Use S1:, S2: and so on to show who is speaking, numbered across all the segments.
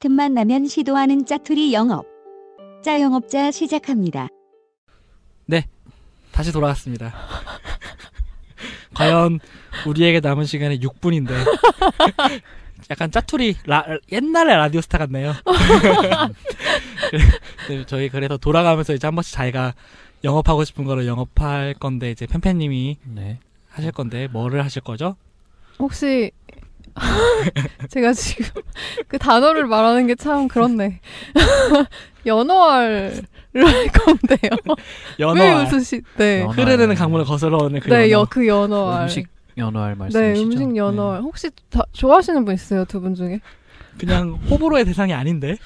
S1: 틈만 나면 시도하는 짜투리 영업. 짜영업자 시작합니다.
S2: 다시 돌아왔습니다. 과연 우리에게 남은 시간이 6분인데 약간 짜투리 라, 옛날에 라디오 스타 같네요. 네, 저희 그래서 돌아가면서 이제 한 번씩 자기가 영업하고 싶은 거를 영업할 건데 이제 팬팬님이
S3: 네.
S2: 하실 건데 뭐를 하실 거죠?
S4: 혹시 제가 지금 그 단어를 말하는 게 참 그렇네. 연어알을 할 건데요. 왜
S2: 연어
S4: 웃으시? 네.
S3: 연어알.
S2: 흐르는 강물을 거슬러 오는 그
S4: 네, 여,
S2: 연어.
S4: 그 연어알.
S3: 음식 연어알
S4: 네,
S3: 말씀이시죠?
S4: 음식 연어알. 혹시 다, 좋아하시는 분 있어요, 두 분 중에?
S2: 그냥 호불호의 대상이 아닌데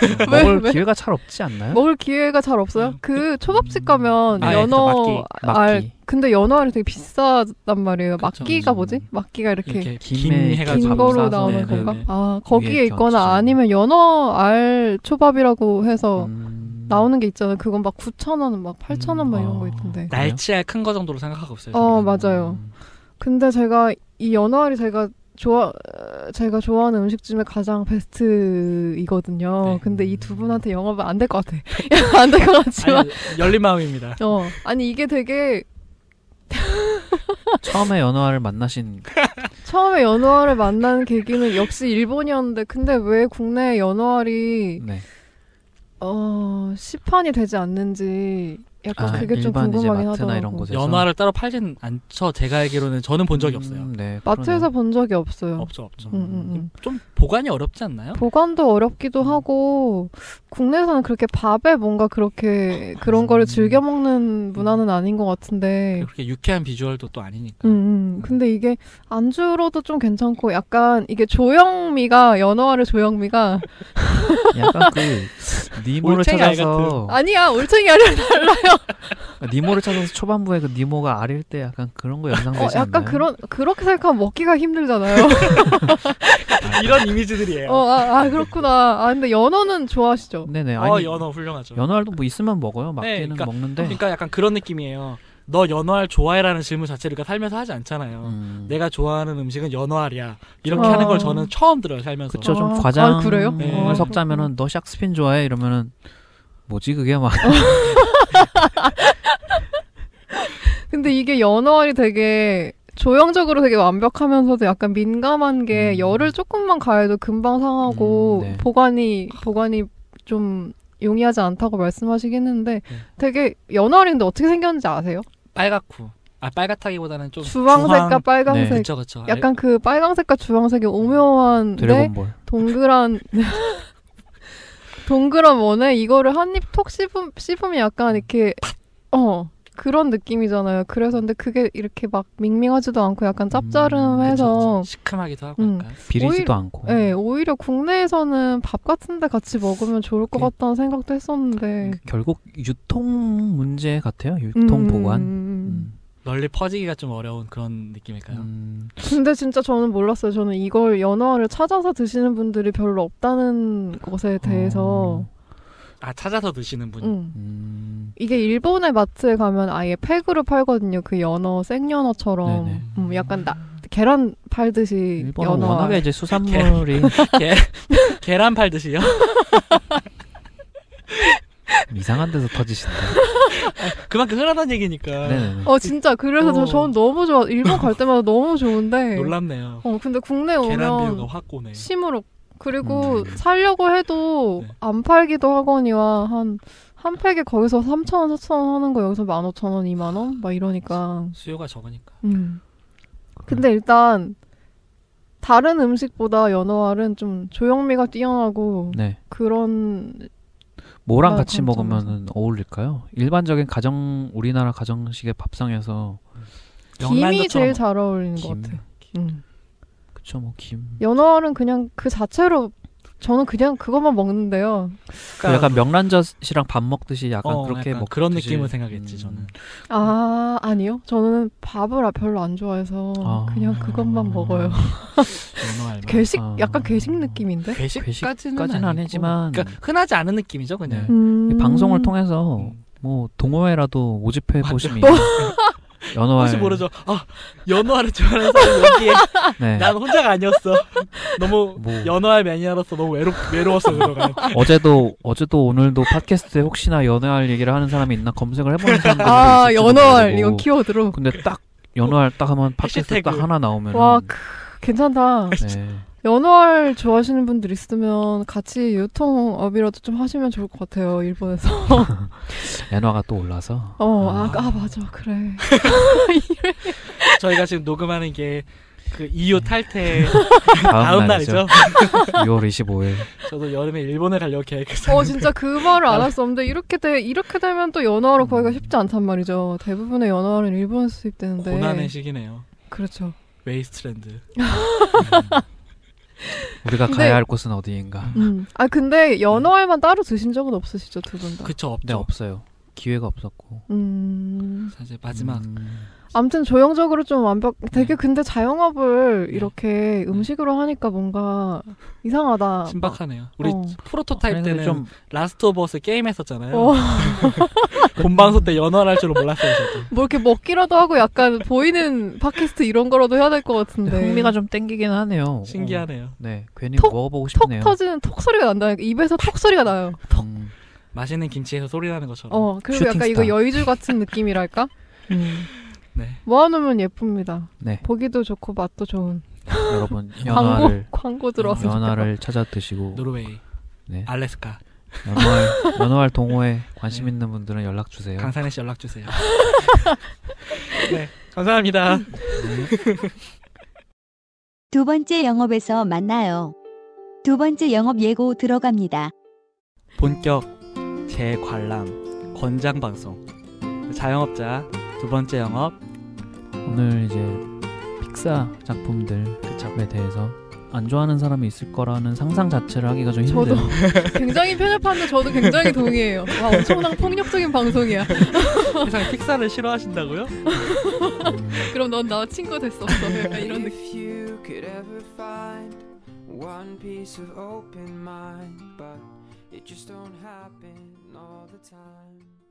S3: 네.
S4: 왜,
S3: 먹을
S4: 왜?
S3: 기회가 잘 없지 않나요?
S4: 먹을 기회가 잘 없어요?
S2: 음,
S4: 그 초밥집 가면
S2: 아, 예,
S4: 연어알.
S2: 그
S3: 막기, 막기.
S4: 근데 연어알이 되게 비싸단 말이에요.
S2: 그쵸.
S4: 막기가
S3: 음.
S4: 뭐지? 막기가 이렇게
S2: 이렇게
S3: 김에
S2: 김 해가지고
S4: 긴
S3: 밥
S4: 거로
S3: 싸서.
S4: 나오는
S3: 네,
S4: 건가?
S2: 네.
S4: 아 거기에
S3: 위에
S4: 있거나
S3: 얹히잖아요.
S4: 아니면 연어 알 초밥이라고 해서
S3: 음.
S4: 나오는 게 있잖아요. 그건 막 9천 원, 막 8천 원 막 이런 거
S3: 어.
S4: 있던데.
S3: 나-
S2: 날치알 큰 거 정도로 생각하고 있어요. 저는.
S4: 어 맞아요.
S3: 음.
S4: 근데 제가 이 연어 알이 제가 좋아 제가 좋아하는 음식 중에 가장 베스트이거든요.
S2: 네.
S4: 근데 이 두 분한테 영업은 안 될 것 같아. 안 될 것 같지만.
S2: 아니, 열린 마음입니다.
S4: 어 아니 이게 되게
S3: 처음에 연어알을 만나신 그,
S4: 처음에 연어알을 만난 계기는 역시 일본이었는데 근데 왜 국내 연어알이
S3: 네.
S4: 어 시판이 되지 않는지 약간
S3: 아,
S4: 그게 좀
S3: 일반 이제
S4: 궁금하긴
S3: 마트나
S4: 하더라고.
S3: 이런 곳에서
S2: 연화를 따로 팔진 않죠. 제가 알기로는 저는 본 적이
S3: 음,
S2: 없어요.
S3: 네.
S4: 마트에서 본 적이 없어요.
S2: 없죠, 없죠.
S4: 음, 음, 음.
S2: 좀 보관이 어렵지 않나요?
S4: 보관도 어렵기도 하고 국내에서는 그렇게 밥에 뭔가 그렇게 그런 거를 즐겨 먹는 문화는 아닌 것 같은데.
S2: 그렇게 유쾌한 비주얼도 또 아니니까.
S4: 네. 음, 음. 근데 이게 안주로도 좀 괜찮고 약간 이게 조영미가 연어와를 조영미가
S3: 그러네요. 약간 그 니모를
S2: 올챙이 알
S3: 찾아서
S4: 아니야 올챙이 아니라 달라요.
S3: 니모를 찾아서 초반부에 그 니모가 아릴 때 약간 그런 거
S4: 어,
S3: 연상되지
S4: 약간
S3: 않나요?
S4: 그런 그렇게 생각하면 먹기가 힘들잖아요.
S2: 이런 이미지들이에요.
S4: 어, 아, 아, 그렇구나. 아 근데 연어는 좋아하시죠?
S3: 네네.
S2: 어,
S3: 아니
S2: 연어 훌륭하죠.
S3: 연어알도 네. 뭐 있으면 먹어요. 막기는
S2: 그러니까-
S3: 먹는데.
S2: 그러니까 약간 그런 느낌이에요. 너 연어알 좋아해라는 질문 자체를 우리가 살면서 하지 않잖아요.
S3: 음.
S2: 내가 좋아하는 음식은 연어알이야. 이렇게
S4: 어.
S2: 하는 걸 저는 처음 들어요, 살면서.
S3: 그쵸 좀
S4: 아,
S3: 과장을 음,
S4: 아, 그래요?
S2: 네. 어,
S3: 섞자면은 너 샥스핀 좋아해 이러면은 뭐지 그게 막
S4: 어, 근데 이게 연어알이 되게 조형적으로 되게 완벽하면서도 약간 민감한 게
S3: 음.
S4: 열을 조금만 가해도 금방 상하고
S3: 음, 네.
S4: 보관이 보관이 좀 용이하지 않다고 말씀하시긴 했는데
S2: 네.
S4: 되게 연어알인데 어떻게 생겼는지 아세요?
S2: 빨갛고. 아, 빨갛다기보다는 좀.
S4: 주황색과
S2: 주황-
S4: 빨강색
S3: 네,
S2: 그쵸, 그쵸.
S4: 약간 그 빨강색과 주황색이 오묘한데
S3: 드래곤볼
S4: 동그란 동그란 원에 이거를 한 입 톡 씹음 씹으면 약간 이렇게 어 그런 느낌이잖아요. 그래서 근데 그게 이렇게 막 밍밍하지도 않고 약간
S2: 알- 음, 그쵸,
S4: 짭짜름해서
S2: 그쵸. 시큼하기도 하고
S4: 음.
S2: 약간.
S3: 비리지도 않고
S4: 예, 오히려 국내에서는 밥 같은데 같이 먹으면 좋을 것
S3: 네. 음,
S4: 같다는 생각도 했었는데
S3: 결국 유통 문제 같아요 유통
S4: 음,
S3: 보관
S4: 음.
S3: 그 음.
S2: 널리 퍼지기가 좀 어려운 그런 느낌일까요?
S3: 음.
S4: 근데 진짜 저는 몰랐어요. 저는 이걸 연어를 찾아서 드시는 분들이 별로 없다는 것에 대해서
S2: 아, 찾아서 드시는 분.
S4: 음.
S3: 음.
S4: 이게 일본의 마트에 가면 아예 팩으로 팔거든요. 그 연어 생연어처럼
S3: 네네.
S4: 음, 약간 나, 계란 팔듯이
S3: 일본은
S4: 연어
S3: 워낙에 이제 수산물이
S2: 계, 계란 팔듯이요?
S3: 이상한 데서 터지신다
S2: 그만큼 흔하다는 얘기니까.
S3: 네네네 음.
S4: 어 진짜 그래서
S2: 어.
S4: 저 저는 너무 좋아. 일본 갈 때마다 너무 좋은데.
S2: 놀랍네요.
S4: 어 근데 국내
S2: 계란 비유가
S4: 오면
S2: 확 오네.
S4: 심으로 그리고
S3: 음.
S4: 살려고 해도
S2: 네.
S4: 안 팔기도 하거니와 한 한 팩에 거기서 3,000원, 4,000원 하는 거 여기서 15,000원, 2만원? 막 이러니까.
S2: 수요가 적으니까.
S4: 음. 근데 일단 다른 음식보다 연어알은 좀 조영미가 뛰어나고
S3: 네
S4: 그런
S3: 뭐랑
S4: 아,
S3: 같이
S4: 감사합니다.
S3: 먹으면 어울릴까요 일반적인 가정 우리나라 가정식의 밥상에서
S4: 김이 제일
S2: 영란도처럼
S4: 잘 어울리는 것
S3: 김
S4: 같아요. 음.
S3: 그쵸 뭐김
S4: 연어알은 그냥 그 자체로 저는 그냥 그것만 먹는데요.
S3: 그 약간 명란젓이랑 밥 먹듯이 음. 약간
S2: 어,
S3: 그렇게
S2: 약간
S3: 먹
S2: 그런 느낌을 생각했지, 저는.
S4: 아 아니요, 저는 밥을 아- 별로 안 좋아해서
S3: 아.
S4: 그냥 그것만 먹어요.
S2: 연어알만.
S4: 괴식
S3: 아.
S4: 약간 괴식 느낌인데.
S2: 괴식까지는,
S3: 괴식까지는
S2: 아니고.
S3: 아니지만.
S2: 그러니까 흔하지 않은 느낌이죠, 그냥.
S3: 네.
S4: 음.
S3: 방송을 통해서 뭐 동호회라도 모집해
S2: 맞아.
S3: 보시면 연어와
S2: 혹시 모르죠. 아 연어를 좋아하는 사람 여기에
S3: 네.
S2: 난 혼자가 아니었어. 너무
S3: 뭐.
S2: 연어의 매니아로서 너무 외롭 외로웠어 그동안.
S3: 어제도 어제도 오늘도 팟캐스트에 혹시나 연어알 얘기를 하는 사람이 있나 검색을 해보는 사람들
S4: 아 연어알 이건 키워드로.
S3: 근데 딱 연어알 딱 하면 팟캐스트
S2: 해시태그.
S3: 딱 하나 나오면
S4: 와 크, 괜찮다.
S3: 네.
S4: 연어알 좋아하시는 분들 있으면 같이 유통업이라도 좀 하시면 좋을 것 같아요 일본에서.
S3: 엔화가 또 올라서
S4: 어, 아, 아 맞아 그래.
S2: 저희가 지금 녹음하는 게 그 EU 탈퇴
S3: 다음,
S2: 다음 날이죠.
S3: 6월 25일
S2: 저도 여름에 일본에 가려고 계획했어요.
S4: 어 진짜 그 말을 안 할 수 없는데 이렇게 돼 이렇게 되면 또 연어로 구하기가 쉽지 않단 말이죠. 대부분의 연어알은 일본에서 수입되는데.
S2: 고난의 시기네요.
S4: 그렇죠.
S2: 웨이스트랜드.
S3: 우리가
S4: 근데-
S3: 가야 할 곳은 어디인가?
S4: 음. 아 근데 연어알만 따로 드신 적은 없으시죠 두 분 다.
S2: 그쵸
S3: 네
S2: 없죠.
S3: 없어요. 기회가 없었고
S4: 음.
S2: 사실 마지막
S3: 음,
S4: 아무튼 조형적으로 좀 완벽. 되게
S2: 네.
S4: 근데 자영업을
S2: 네.
S4: 이렇게 음식으로 하니까 뭔가 이상하다.
S2: 신박하네요. 우리
S4: 아, 어.
S2: 프로토타입
S3: 아니, 근데
S2: 때는
S3: 좀
S2: 라스트 오브 어스 게임 했었잖아요.
S4: 어,
S2: 본방송 때 연어를 할 줄은 몰랐어요. 저도.
S4: 뭐 이렇게 먹기라도 하고 약간 보이는 팟캐스트 이런 거라도 해야 될 것 같은데.
S3: 흥미가 좀 땡기긴 하네요.
S2: 신기하네요.
S3: 어, 네 괜히
S4: 네. 톡-
S3: 먹어보고
S4: 톡
S3: 싶네요.
S4: 터지는 톡 소리가 난다. 입에서 톡 소리가 나요.
S3: 음,
S2: 맛있는 김치에서 소리 나는 것처럼.
S4: 어, 그리고 약간
S3: 슈팅스타.
S4: 이거 여의주 같은 느낌이랄까? 음.
S2: 네.
S4: 모아놓으면 예쁩니다.
S3: 네
S4: 보기도 좋고 맛도 좋은.
S3: 여러분
S4: 광고
S3: 연화를
S4: 광고 들어왔으면
S3: 연화를 찾아 드시고
S2: 노르웨이,
S3: 네.
S2: 알래스카,
S3: 연어알, 연어알 동호회 관심
S2: 네.
S3: 있는 분들은 연락 주세요.
S2: 강산에 씨 연락 주세요. 네, 감사합니다. 네.
S1: 두 번째 영업에서 만나요. 두 번째 영업 예고 들어갑니다.
S2: 본격 재관람 권장 방송 자영업자 두 번째 영업
S3: 오늘 이제 픽사 작품들에
S2: 그쵸
S3: 대해서 안 좋아하는 사람이 있을 거라는 상상 자체를 하기가 좀 힘든.
S4: 저도. 좋겠다. 굉장히 편협한데 저도 굉장히 동의해요. 와 엄청난 폭력적인 방송이야.
S2: 세상에 픽사를 싫어하신다고요?
S3: 음,
S4: 그럼 넌 나와 친구가 됐었어. 약간 이런 느낌.
S5: If you could ever find one piece of open mind, but it just don't happen all the time.